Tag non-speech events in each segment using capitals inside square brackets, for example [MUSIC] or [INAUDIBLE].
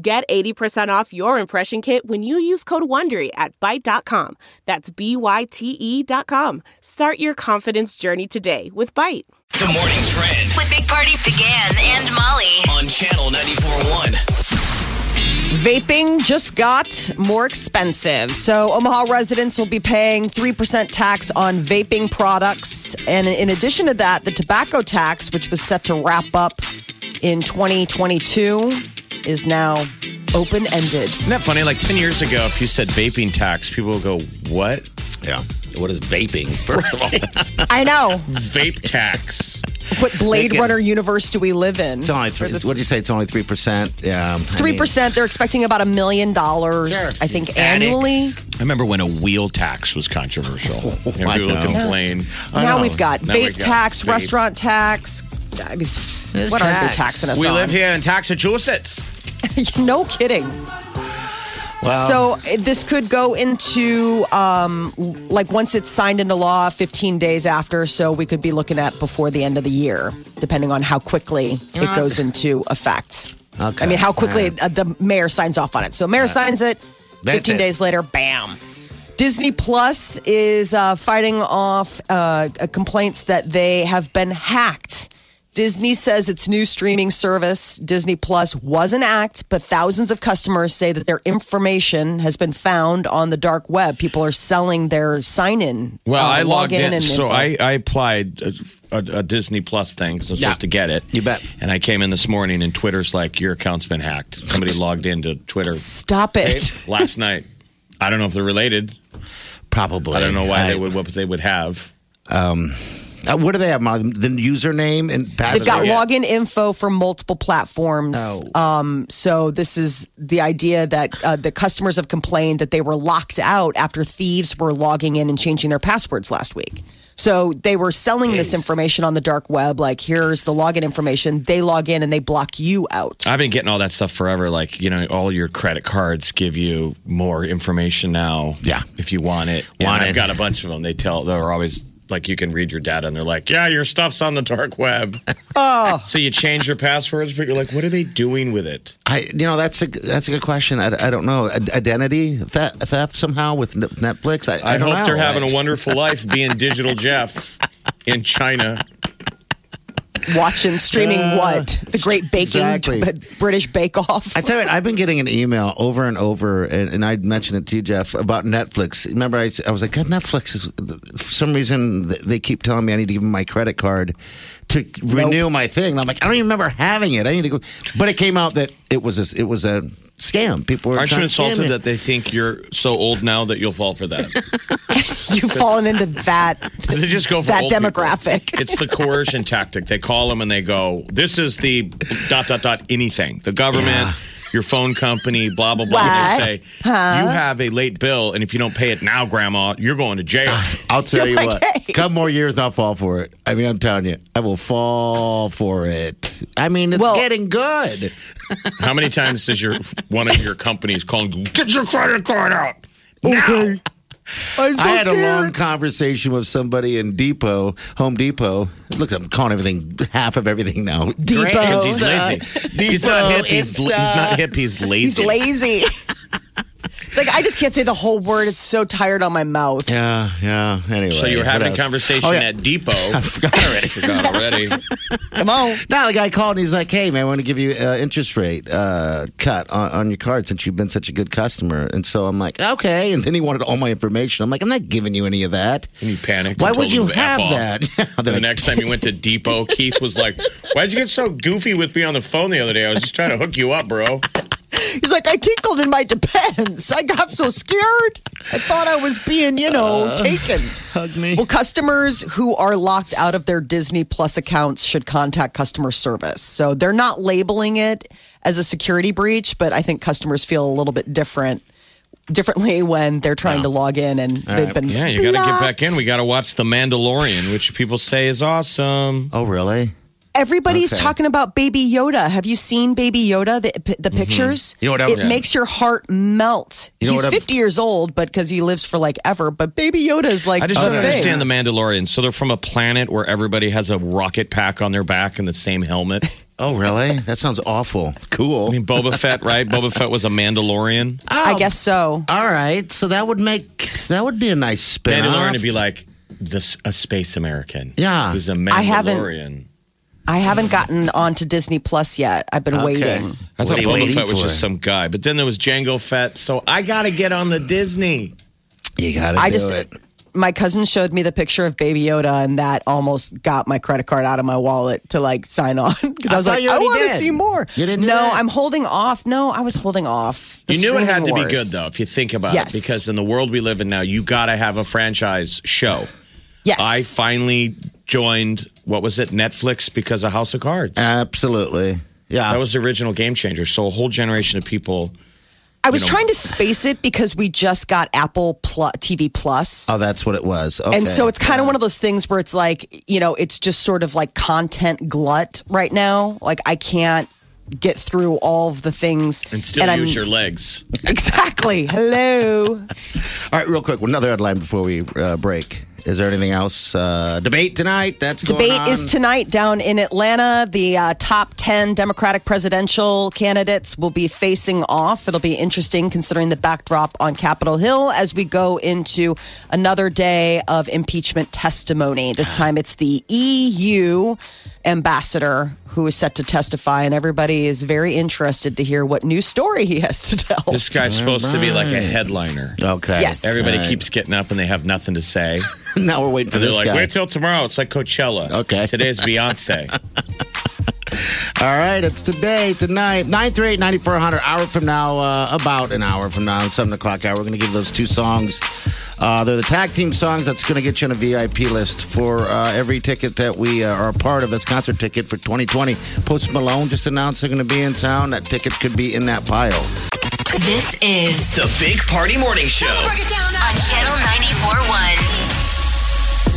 Get 80% off your impression kit when you use code WONDERY at Byte.com. That's B-Y-T-E E dot com. Start your confidence journey today with Byte. The morning trend With Big Party began and Molly. on channel 94.1. Vaping just got more expensive. So, Omaha residents will be paying 3% tax on vaping products. And in addition to that, the tobacco tax, which was set to wrap up in 2022, is now open ended. Isn't that funny? Like 10 years ago, if you said vaping tax, people would go, What? Yeah. What is [LAUGHS] vaping? First of all, it's I know. Vape tax. What [LAUGHS] Blade They can- Runner universe do we live in? only three. What did you say? It's only three percent. Yeah, I Three mean, percent. They're expecting about a million dollars, Sure. I think, Addicts. annually. [LAUGHS] I remember when a wheel tax was [LAUGHS] controversial. and I people know. would complain. I now know. we've got Now vape we got tax, vape. restaurant tax. I mean, There's what are they tax. taxing us We on? live here in Taxachusetts. [LAUGHS] no kidding. Well, So eh, this could go into um, l- like once it's signed into law, 15 days after. So we could be looking at before the end of the year, depending on how quickly it goes into effect. Okay. I mean, how quickly All right. uh, the mayor signs off on it. So mayor signs it. That's 15 it. days later, bam. Disney Plus is uh, fighting off uh, complaints that they have been hacked. Disney says its new streaming service, Disney Plus, was an act, but thousands of customers say that their information has been found on the dark web. People are selling their sign Uh, in. Well, I logged in, and so info. I, I applied a, a, a Disney Plus thing because I'm Yeah. supposed to get it. You bet. And I came in this morning, and Twitter's like, "Your account's been hacked." Somebody logged into Twitter Stop it. last night. I don't know if they're related. probably. I don't know why I- they would what they would have. Uh, what do they have? Molly? The username and password. They've got Yeah. login info for multiple platforms. Oh. Um, so this is the idea that uh, the customers have complained that they were locked out after thieves were logging in and changing their passwords last week. So they were selling this information on the dark web. Like, here's the login information. They log in and they block you out. I've been getting all that stuff forever. Like, you know, all your credit cards give you more information now. Yeah. If you want it. And Want I've it. got a bunch of them. They tell, they're always like, you can read your data and they're like, yeah, your stuff's on the dark web. [LAUGHS] Ah. Oh. So you change your passwords, but you're like, what are they doing with it? I, you know, that's a that's a good question. I, I don't know. Ad- Identity theft, theft somehow with N- Netflix. I, I, I, don't hope know. they're having I- a wonderful life being Digital Jeff in China. Watching, streaming uh, what? The Great Baking, [LAUGHS] exactly. British Bake Off. I tell you, what, I've been getting an email over and over, and, and I mentioned it to you, Jeff, about Netflix. Remember, I, s- I was like, God, Netflix is for some reason th- they keep telling me I need to give them my credit card to renew my thing. And I'm like, I don't even remember having it. I need to go, but it came out that it was a, s- it was a scam. People were Aren't you trying to scam insulted you. that they think you're so old now that you'll fall for that? [LAUGHS] You've fallen into that. Does it just go for That old people? demographic. It's the coercion tactic. They call them and they go, "This is the dot dot dot anything." The government, your phone company, blah blah blah. And they say you have a late bill, and if you don't pay it now, Grandma, you're going to [LAUGHS] jail. I'll tell you You're like, what. "Hey." Couple more years, and I'll fall for it. I mean, I'm telling you, I will fall for it. I mean, it's Well- getting good. How many times does your one of your companies call and go, "Get your credit card out"? Okay. I'm I had a long conversation with somebody in Depot, Home Depot. Look, I'm calling everything half of everything now. Depot. Because he's Insta, lazy. He's not hip. He's, Insta. he's not hip. uh, He's He's lazy. lazy. [LAUGHS] it's like I just can't say the whole word. It's so tired on my mouth. Yeah, yeah. Anyway, So you were having a what else? conversation Oh, yeah. at Depot. [LAUGHS] I forgot already. Forgot already. Come on. [LAUGHS] Now the guy called and he's like, "Hey man, I want to give you uh, interest rate uh, cut on, on your card since you've been such a good customer." And so I'm like, "Okay." And then he wanted all my information. I'm like, "I'm not giving you any of that." And you panicked. Why and would told you him to F have off. that? [LAUGHS] Yeah, then And I- the next time you went to Depot, Keith was like, "Why'd you get so goofy with me on the phone the other day? I was just trying to hook you up, bro." He's like, I tinkled in my depends. I got so scared. I thought I was being, you know, Uh. taken. Hug me. Well, customers who are locked out of their Disney Plus accounts should contact customer service. So they're not labeling it as a security breach, but I think customers feel a little bit different differently when they're trying to log in and they've been Uh, Yeah, you got to get back blocked. in. We got to watch The Mandalorian, which people say is awesome. Oh, really? Everybody's Okay. talking about Baby Yoda. Have you seen Baby Yoda? The, the pictures. You know what I- it Yeah. makes your heart melt. You know He's what I- 50 years old, but because he lives for like ever. But Baby Yoda is like I just the don't thing. understand The Mandalorian. So they're from a planet where everybody has a rocket pack on their back and the same helmet. Oh, really? That sounds awful. Cool. Oh, I mean, Boba [LAUGHS] Fett, right? Boba Fett was a Mandalorian. I guess so. All right, so that would make that would be a nice spin. Mandalorian would be like this a space American. Yeah. who's a I haven't- Mandalorian. I haven't gotten onto Disney Plus yet. I've been waiting. I What thought are you Boba waiting Fett was for? just some guy, but then there was Django Fett. So I got to get on the Disney. You gotta I do just it. my cousin showed me the picture of Baby Yoda, and that almost got my credit card out of my wallet to like sign on [LAUGHS] because I, I was thought like, you I already want to did. see more. You didn't do no, that? I'm holding off. No, I was holding off. The You knew it had to streaming be good wars. though, if you think about Yes. it, because in the world we live in now, you got to have a franchise show. Yes, I finally joined what was it Netflix because of House of Cards. Uh, Absolutely. Yeah. that was the original game changer. So a whole generation of people. I was you know- trying to space it because we just got Apple Plu- TV Plus. oh, that's what it was. Okay. And so it's kind of one of those things where it's like, you know, it's just sort of like content glut right now. Like I can't get through all of the things And still I'm- use your legs. [LAUGHS] exactly. Hello. All right, real quick, another headline before we uh, break. Is there anything else? Uh, debate tonight. That's going Debate on. is tonight down in Atlanta. The uh, top 10 Democratic presidential candidates will be facing off. It'll be interesting considering the backdrop on Capitol Hill as we go into another day of impeachment testimony. [SIGHS] This time it's the EU ambassador who is set to testify, and everybody is very interested to hear what new story he has to tell. This guy's supposed to be like a headliner. okay. Yes. Everybody All right. keeps getting up and they have nothing to [LAUGHS] say. now we're waiting for They're this like, guy. wait till tomorrow. It's like Coachella. [LAUGHS] Okay. Today's [LAUGHS] Beyonce. All right, it's today, tonight, 938 9400, hour from now, uh, about an hour from now, 7 o'clock hour. We're going to give those two songs. Uh, they're the tag team songs that's going to get you on a VIP list for uh, every ticket that we uh, are a part of. That's concert ticket for 2020. Post Malone just announced they're going to be in town. That ticket could be in that pile. This is The Big Party Morning Show. on Channel 94.1.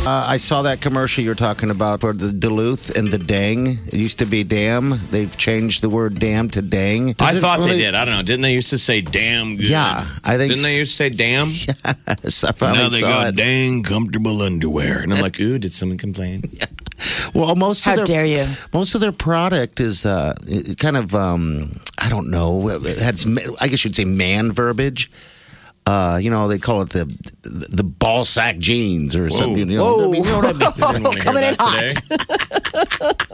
Uh, I saw that commercial you're talking about for the Duluth and the Dang. It used to be Dam. They've changed the word Dam to Dang. I Does it thought really- they did. I don't know. Didn't they used to say damn good? Yeah, I think Didn't they s- used to say damn? [LAUGHS] Yes, I finally now they saw got it. dang comfortable underwear. And I'm like, ooh, did someone complain? Well, most How of their, dare you. Most of their product is uh, it- kind of um, I don't know. It has I guess you'd say man verbiage. Uh, you know they call it the the ball sack jeans or something. You know, I mean, you know what I mean? [LAUGHS] Didn't wanna hear Oh, Coming in that today. [LAUGHS]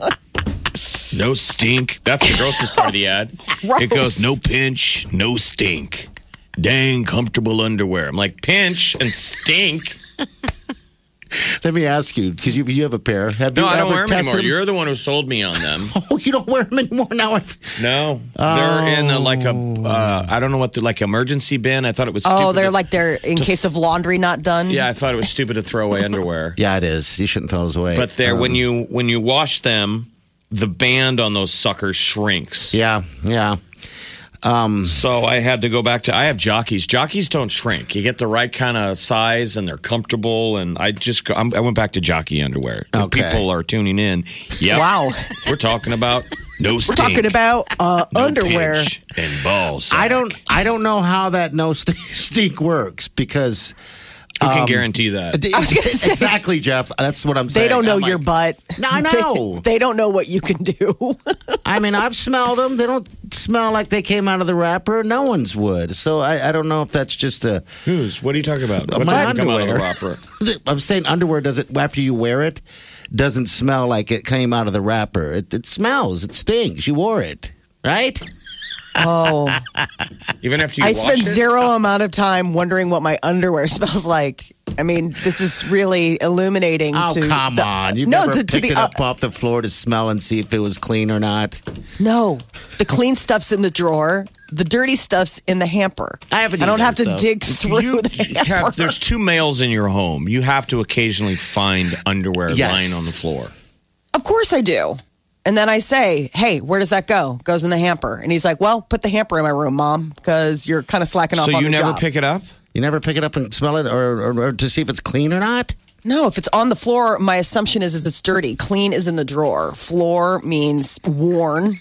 no stink. That's the grossest part of the ad. It [LAUGHS] Gross. goes, no pinch, no stink. Dang comfortable underwear. I'm like, pinch and stink. Let me ask you because you you have a pair. Have No, you I don't ever wear them tested anymore. You're the one who sold me on them. [LAUGHS] [LAUGHS] oh, you don't wear them anymore now. I've, No, they're in a, like a uh, I don't know what they're like emergency bin. I thought it was. Stupid Oh, they're to- like they're in case of laundry not done. Yeah, I thought it was stupid to throw [LAUGHS] away underwear. yeah, it is. You shouldn't throw those away. But they're Um, when you when you wash them, the band on those suckers shrinks. Yeah, yeah. So I had to go back to I have jockeys. Jockeys don't shrink. You get the right kind of size and they're comfortable. And I just go, I'm, I went back to jockey underwear. The Okay. People are tuning in. Yeah. Wow. We're talking about no We're stink, talking about uh, no underwear. pinch, and balls. I don't. I don't know how that no [LAUGHS] st- stink works because Who um, can guarantee that? I was [LAUGHS] gonna say- exactly, Jeff. That's what I'm They saying. don't know I'm your like, butt. No, I know. [LAUGHS] They, they don't know what you can do. [LAUGHS] I mean, I've smelled them. They don't smell like they came out of the wrapper. No one's would. So I, I don't know if that's just a. Who's? What are you talking about? What my doesn't come out of the underwear. wrapper? I'm saying underwear doesn't after you wear it doesn't smell like it came out of the wrapper. It, it smells. It stinks. You wore it, right? oh, Even after you I wash spend it? zero amount of time wondering what my underwear [LAUGHS] smells like. I mean, this is really illuminating. Oh to come the- on! You no, never to, picked to the it up uh, off the floor to smell and see if it was clean or not. no, the clean stuff's in the drawer. The dirty stuff's in the hamper. I haven't I don't either, have to so. dig through [LAUGHS] the You hamper. have- there's two males in your home. You have to occasionally find underwear Yes. lying on the floor. of course, I do. And then I say, hey, where does that go? Goes in the hamper. And he's like, well, put the hamper in my room, mom, because you're kind of slacking off So on you the never job. pick it up? You never pick it up and smell it or, or, or to see if it's clean or not? No, if it's on the floor, my assumption is, is it's dirty. Clean is in the drawer. Floor means [LAUGHS] worn,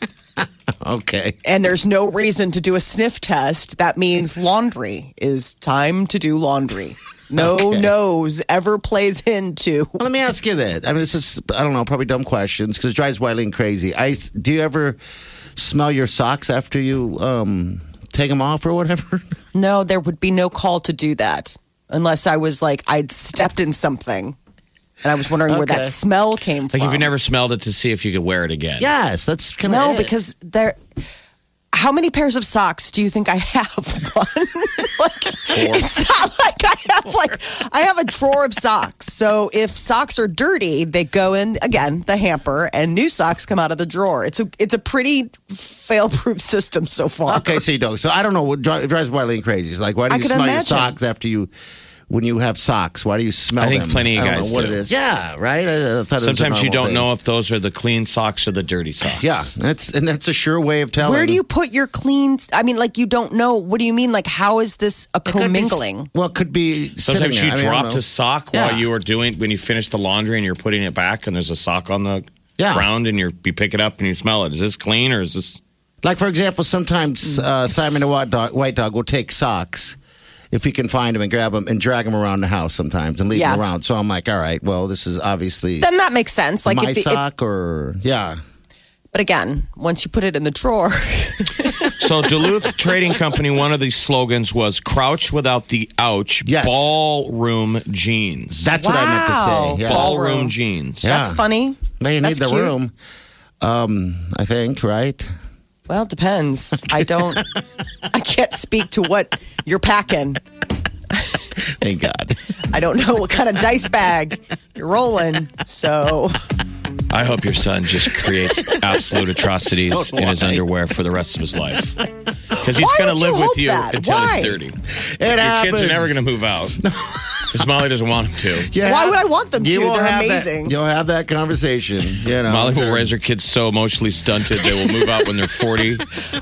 Okay. and there's no reason to do a sniff test. That means laundry is time to do laundry. [LAUGHS] No Okay. nose ever plays into. Well, let me ask you that. I mean, this is, I don't know, probably dumb questions because it drives Wileen crazy. I, do you ever smell your socks after you um, take them off [LAUGHS] or whatever? No, there would be no call to do that unless I was like, I'd stepped in something and I was wondering where that Okay. smell came Like, from. have you never smelled it to see if you could wear it again? yes, that's kind of No, because there. How many pairs of socks do you think I have? [LAUGHS] One. like, It's not like I have like I have a drawer of socks. So if socks are dirty, they go in again the hamper, and new socks come out of the drawer. It's a it's a pretty fail-proof [LAUGHS] system so far. Okay, so you don't. So I don't know. what dri- It drives Wileen crazy. It's like, why do I you could smell your imagine. socks after you, when you have socks? Why do you smell I think them? plenty of I don't guys know what do. it is. Yeah, right? I, I thought it was a Sometimes you normal don't thing. know if those are the clean socks or the dirty socks. Yeah, that's and that's a sure way of telling. Where do you put your clean? I mean, like you don't know. What do you mean? Like how is this a It could be- commingling? well, it could be sitting Sometimes there. you I mean, I don't dropped know. a sock Yeah. while you were doing when you finish the laundry and you're putting it back, and there's a sock on the Yeah. ground, and you you pick it up and you smell it. Is this clean or is this? Like for example, Mm. sometimes uh, Simon the White Dog, White Dog will take socks if he can find them and grab them and drag them around the house sometimes and leave Yeah. them around. So I'm like, all right, well, this is obviously Then that makes sense. Like my if, the- if sock or yeah. but again, once you put it in the drawer, [LAUGHS] So Duluth Trading Company, one of these slogans was "Crouch without the ouch." Yes. Ballroom jeans. That's what I Wow. meant to say. Yeah. ballroom, Ballroom. jeans. Yeah. that's funny. Now you need That's the cute. room. Um, I think right. Well, it depends. I don't. I can't speak to what you're packing. Thank [LAUGHS] God. I don't know what kind of dice bag you're rolling. So I hope your son just [LAUGHS] creates absolute atrocities So do in his I. underwear for the rest of his [LAUGHS] life because he's Why going would to you live hope with you that? until Why? he's thirty. It your kids are happens. never going to move [LAUGHS] out because Molly doesn't want him to. Yeah. Why would I want them to? will They're have that- amazing. you'll have that conversation. You know, Molly will raise her kids so emotionally stunted they will move out when they're [LAUGHS] 40.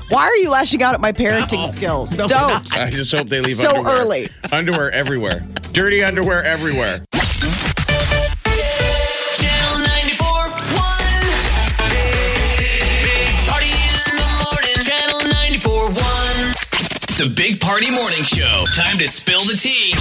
why are you lashing out at my parenting skills? don't. I just hope they leave So underwear. early. Underwear everywhere. Dirty underwear everywhere. Channel 94.1. Big Party in the morning. Channel 94.1. The Big Party Morning Show. Time to spill the tea.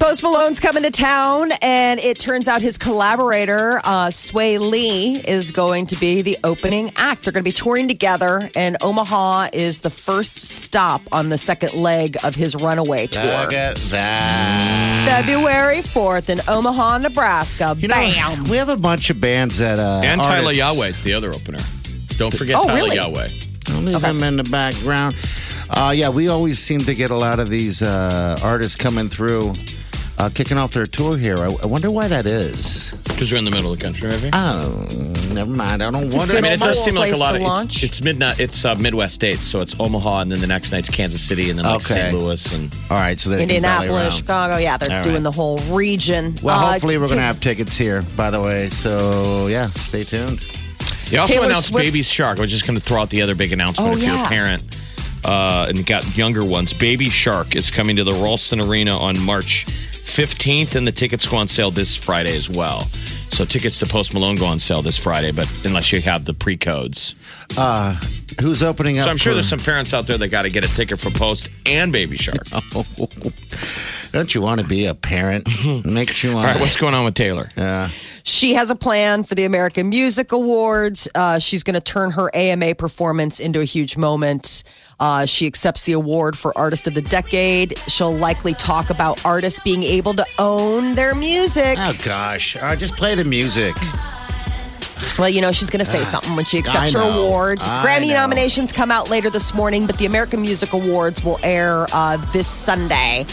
Post Malone's coming to town, and it turns out his collaborator, uh, Sway Lee, is going to be the opening act. They're going to be touring together, and Omaha is the first stop on the second leg of his runaway tour. Look at that. February 4th in Omaha, Nebraska. You know, Bam! we have a bunch of bands that uh, And Tyler artists- Yahweh's the other opener. Don't forget Oh, Tyler really? Yahweh. I'll leave them in the background. Uh, yeah, we always seem to get a lot of these uh, artists coming through, uh, kicking off their tour here. I, I wonder why that is. Because we're in the middle of the country, maybe? Oh, never mind. I don't a wonder. good I mean, it does Uh, Omaha seem like a place lot to of it's, launch. it's midnight. It's uh, Midwest states, so it's Omaha, and then the next night's Kansas City, and then like Okay. St. Louis, and All right, so they can rally Indianapolis, around. Chicago. Yeah, they're All doing right. the whole region. Well, Uh, hopefully we're Ta- going to have tickets here. By the way, so yeah, stay tuned. They also Taylor announced Swift- Baby Shark. I was just going to throw out the other big announcement Oh, if you're yeah. a parent uh, and got younger ones. Baby Shark is coming to the Ralston Arena on March 15th, and the tickets go on sale this Friday as well. So tickets to Post Malone go on sale this Friday, but unless you have the pre codes. Who's opening up? So I'm sure for- there's some parents out there that got to get a ticket for Post and Baby [LAUGHS] Shark. All [LAUGHS] Don't you want to be [LAUGHS] a parent? Makes you want. right, what's going on with Taylor? She has a plan for the American Music Awards. Uh, she's going to turn her AMA performance into a huge moment. Uh, she accepts the award for Artist of the Decade. She'll likely talk about artists being able to own their music. [LAUGHS] Oh gosh! All right, just play the music. Well, you know, she's going to say something when she accepts her Ah, I know. award. I Grammy know. nominations come out later this morning, but the American Music Awards will air uh, this Sunday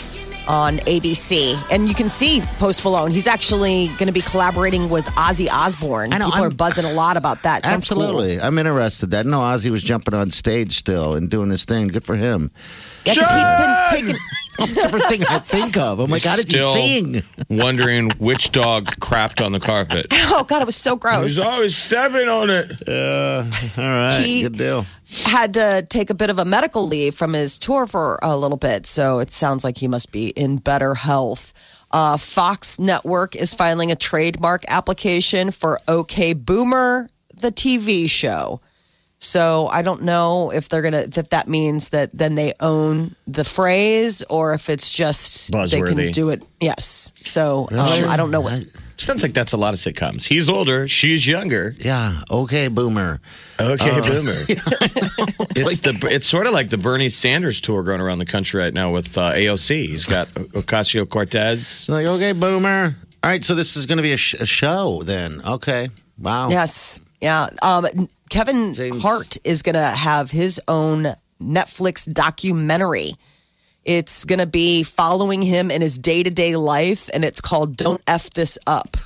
on ABC. And you can see Post Malone. He's actually going to be collaborating with Ozzy Osbourne. I know, People are I'm- buzzing a lot about that. Sounds cool. Absolutely. I'm interested. That no, Ozzy was jumping on stage still and doing his thing. Good for him. [LAUGHS] Yeah, 'cause he'd been taking It's the first thing I think of. Oh I'm like, how did he Still sing? wondering which dog crapped on the carpet. [LAUGHS] Oh God, it was so gross. He's always stepping on it. Uh, All right, He- good deal. Had to take a bit of a medical leave from his tour for a little bit, so it sounds like he must be in better health. Uh, Fox Network is filing a trademark application for OK Boomer, the TV show. So I don't know if they're gonna if that means that then they own the phrase or if it's just they can Buzzworthy. do it. Yes. So um, I don't know what. I- Sounds like that's a lot of sitcoms. He's older, she's younger. yeah. Okay, boomer. Okay, [LAUGHS] boomer. it's the it's sort of like the Bernie Sanders tour going around the country right now with uh, AOC. He's got Ocasio Cortez. So like, okay, boomer. All right, so this is going to be a, sh- a show then. Okay. Wow. Yes. Yeah. Um, Kevin James- Hart is going to have his own Netflix documentary. It's going to be following him in his day to day life, and it's called Don't F This Up.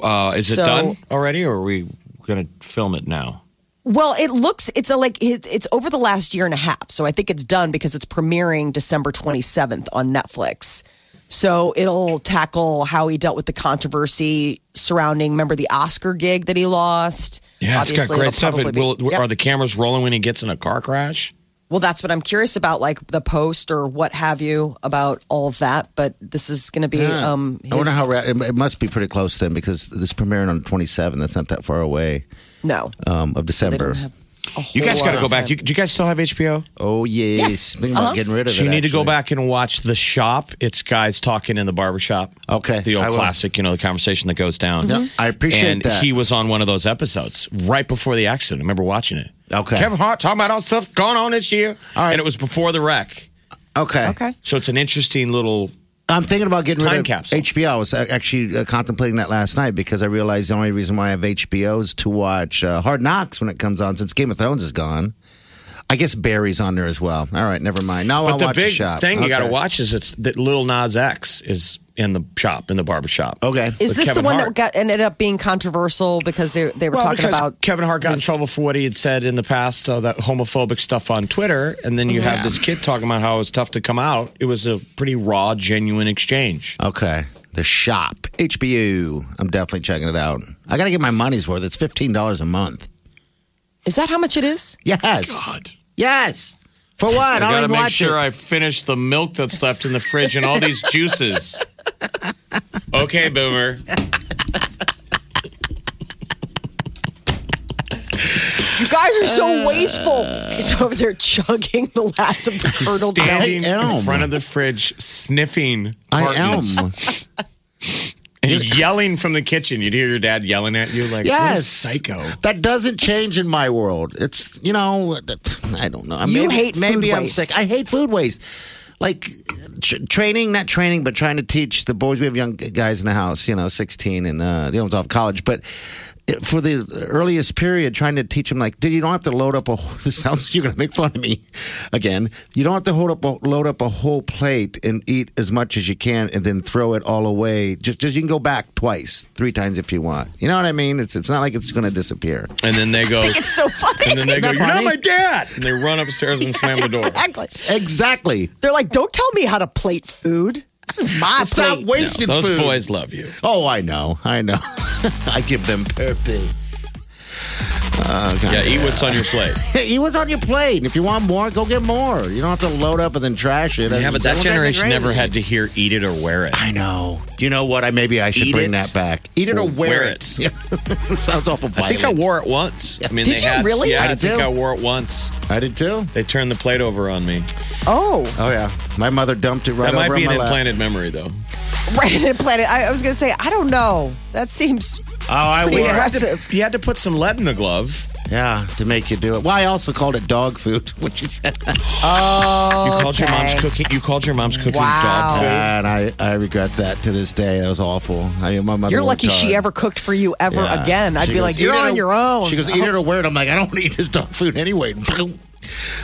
Uh, is it So- done already, or are we going to film it now? Well, it looks, it's a, like, it, it's over the last year and a half. So I think it's done because it's premiering December 27th on Netflix. So it'll tackle how he dealt with the controversy surrounding, remember the Oscar gig that he lost? it's got Obviously, great it'll stuff. probably be- will, Yep. Are the cameras rolling when he gets in a car crash? Well, that's what I'm curious about, like the post or what have you about all of that. But this is going to be. Yeah. Um, I wonder his- how ra- it it must be pretty close then because this premiering on 27. That's not that far away No, um, of they December. don't have. a whole You guys lot got to go of back. time. You, do you guys still have HBO? oh yes. Yes. Thinking about Uh-huh. getting rid of So it. you need to go actually. back and watch The Shop. It's guys talking in the barbershop. Okay, The old I will. classic, you know, the conversation that goes down. Yeah, I appreciate and that. he was on one of those episodes right before the accident. I remember watching it. Okay. Kevin Hart talking about all the stuff going on this year. All right. And it was before the wreck. Okay. Okay. So it's an interesting little. I'm thinking about getting rid Time of capsule. HBO. I was uh, actually uh, contemplating that last night because I realized the only reason why I have HBO is to watch uh, Hard Knocks when it comes on since Game of Thrones is gone. I guess Barry's on there as well. All right, never mind. Now I'll But the watch the big shop. thing you got to Okay. watch is it's that Little Nas X is in the shop, in the barbershop. Okay. Is with this Kevin the one Hart. that got ended up being controversial because they they were Well, talking because about Kevin Hart got in his- trouble for what he had said in the past, uh, that homophobic stuff on Twitter, and then you have this kid talking about how it was tough to come out. It was a pretty raw, genuine exchange. Okay. The shop. HBO. I'm definitely checking it out. I got to get my money's worth. It's $15 a month. Is that how much it is? Yes. Yes. For what? [LAUGHS] I I don't gotta even make watch sure it. I finish the milk that's left in the fridge and all these juices. Okay, [LAUGHS] Boomer. You guys are Uh, so wasteful. He's over there chugging the last of the curdled milk. Standing I am. in front of the fridge, sniffing I am. cartons and yelling from the kitchen. You'd hear your dad yelling at you like, what a Yes. psycho." That doesn't change in my world. It's, you know, I don't know. You Uh, maybe, hate food Maybe I'm waste. sick. I hate food waste. Like tr training, not training, but trying to teach the boys. We have young guys in the house, you know, 16 and uh, the one's off college. But for the earliest period, trying to teach them, like, dude, you don't have to load up a whole, [LAUGHS] this sounds, you're going to make fun of me again. You don't have to hold up a, load up a whole plate and eat as much as you can and then throw it all away. Just, just you can go back twice, three times if you want. You know what I mean? It's, it's not like it's going to disappear. And then they [LAUGHS] go, It's so funny. and then they go, Isn't that "You're not funny?" my dad!" And they run upstairs and slam the [LAUGHS] door. exactly. Exactly. They're like, don't tell me how to plate food. This is my Stop plate. wasting Those food. boys love you. Oh, I know. I know. [LAUGHS] I give them purpose. Oh, God. Yeah, eat what's on your plate. Hey, eat what's on your plate. And if you want more, go get more. You don't have to load up and then trash it. Yeah, And but that don't drive me generation crazy. never had to hear "eat it" or "wear it." I know. You know what? I maybe I should Eat bring it that back. Eat it or, or wear, wear [LAUGHS] it. Yeah. Sounds awful. I think I violent. wore it once. I mean, Did they you had, really? Yeah, I I, did think too. I wore it once. I did too. They turned the plate over on me. Oh. Oh yeah, my mother dumped it right That might over be on an my lap. implanted memory, though. Right in a planet. I, I was going to say, I don't know. That seems Oh, I pretty wore. it. aggressive. [LAUGHS] You had to put some lead in the glove. Yeah, to make you do it. Well, I also called it dog food, [LAUGHS] which is You called your mom's Okay. cooking. You called your mom's cooking Wow. dog food. and I, I regret that to this day. That was awful. I mean, my mother. You're lucky worked she hard. ever cooked for you ever Yeah. again. I'd She be goes, like, "Eat you're it on or- your own. She goes, eat it or wear it. I'm like, I don't [LAUGHS] want to eat this dog food anyway.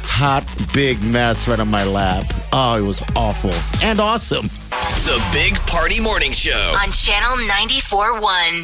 Hot big mess right on my lap. Oh, it was awful and awesome. The Big Party Morning Show. on Channel 94.1.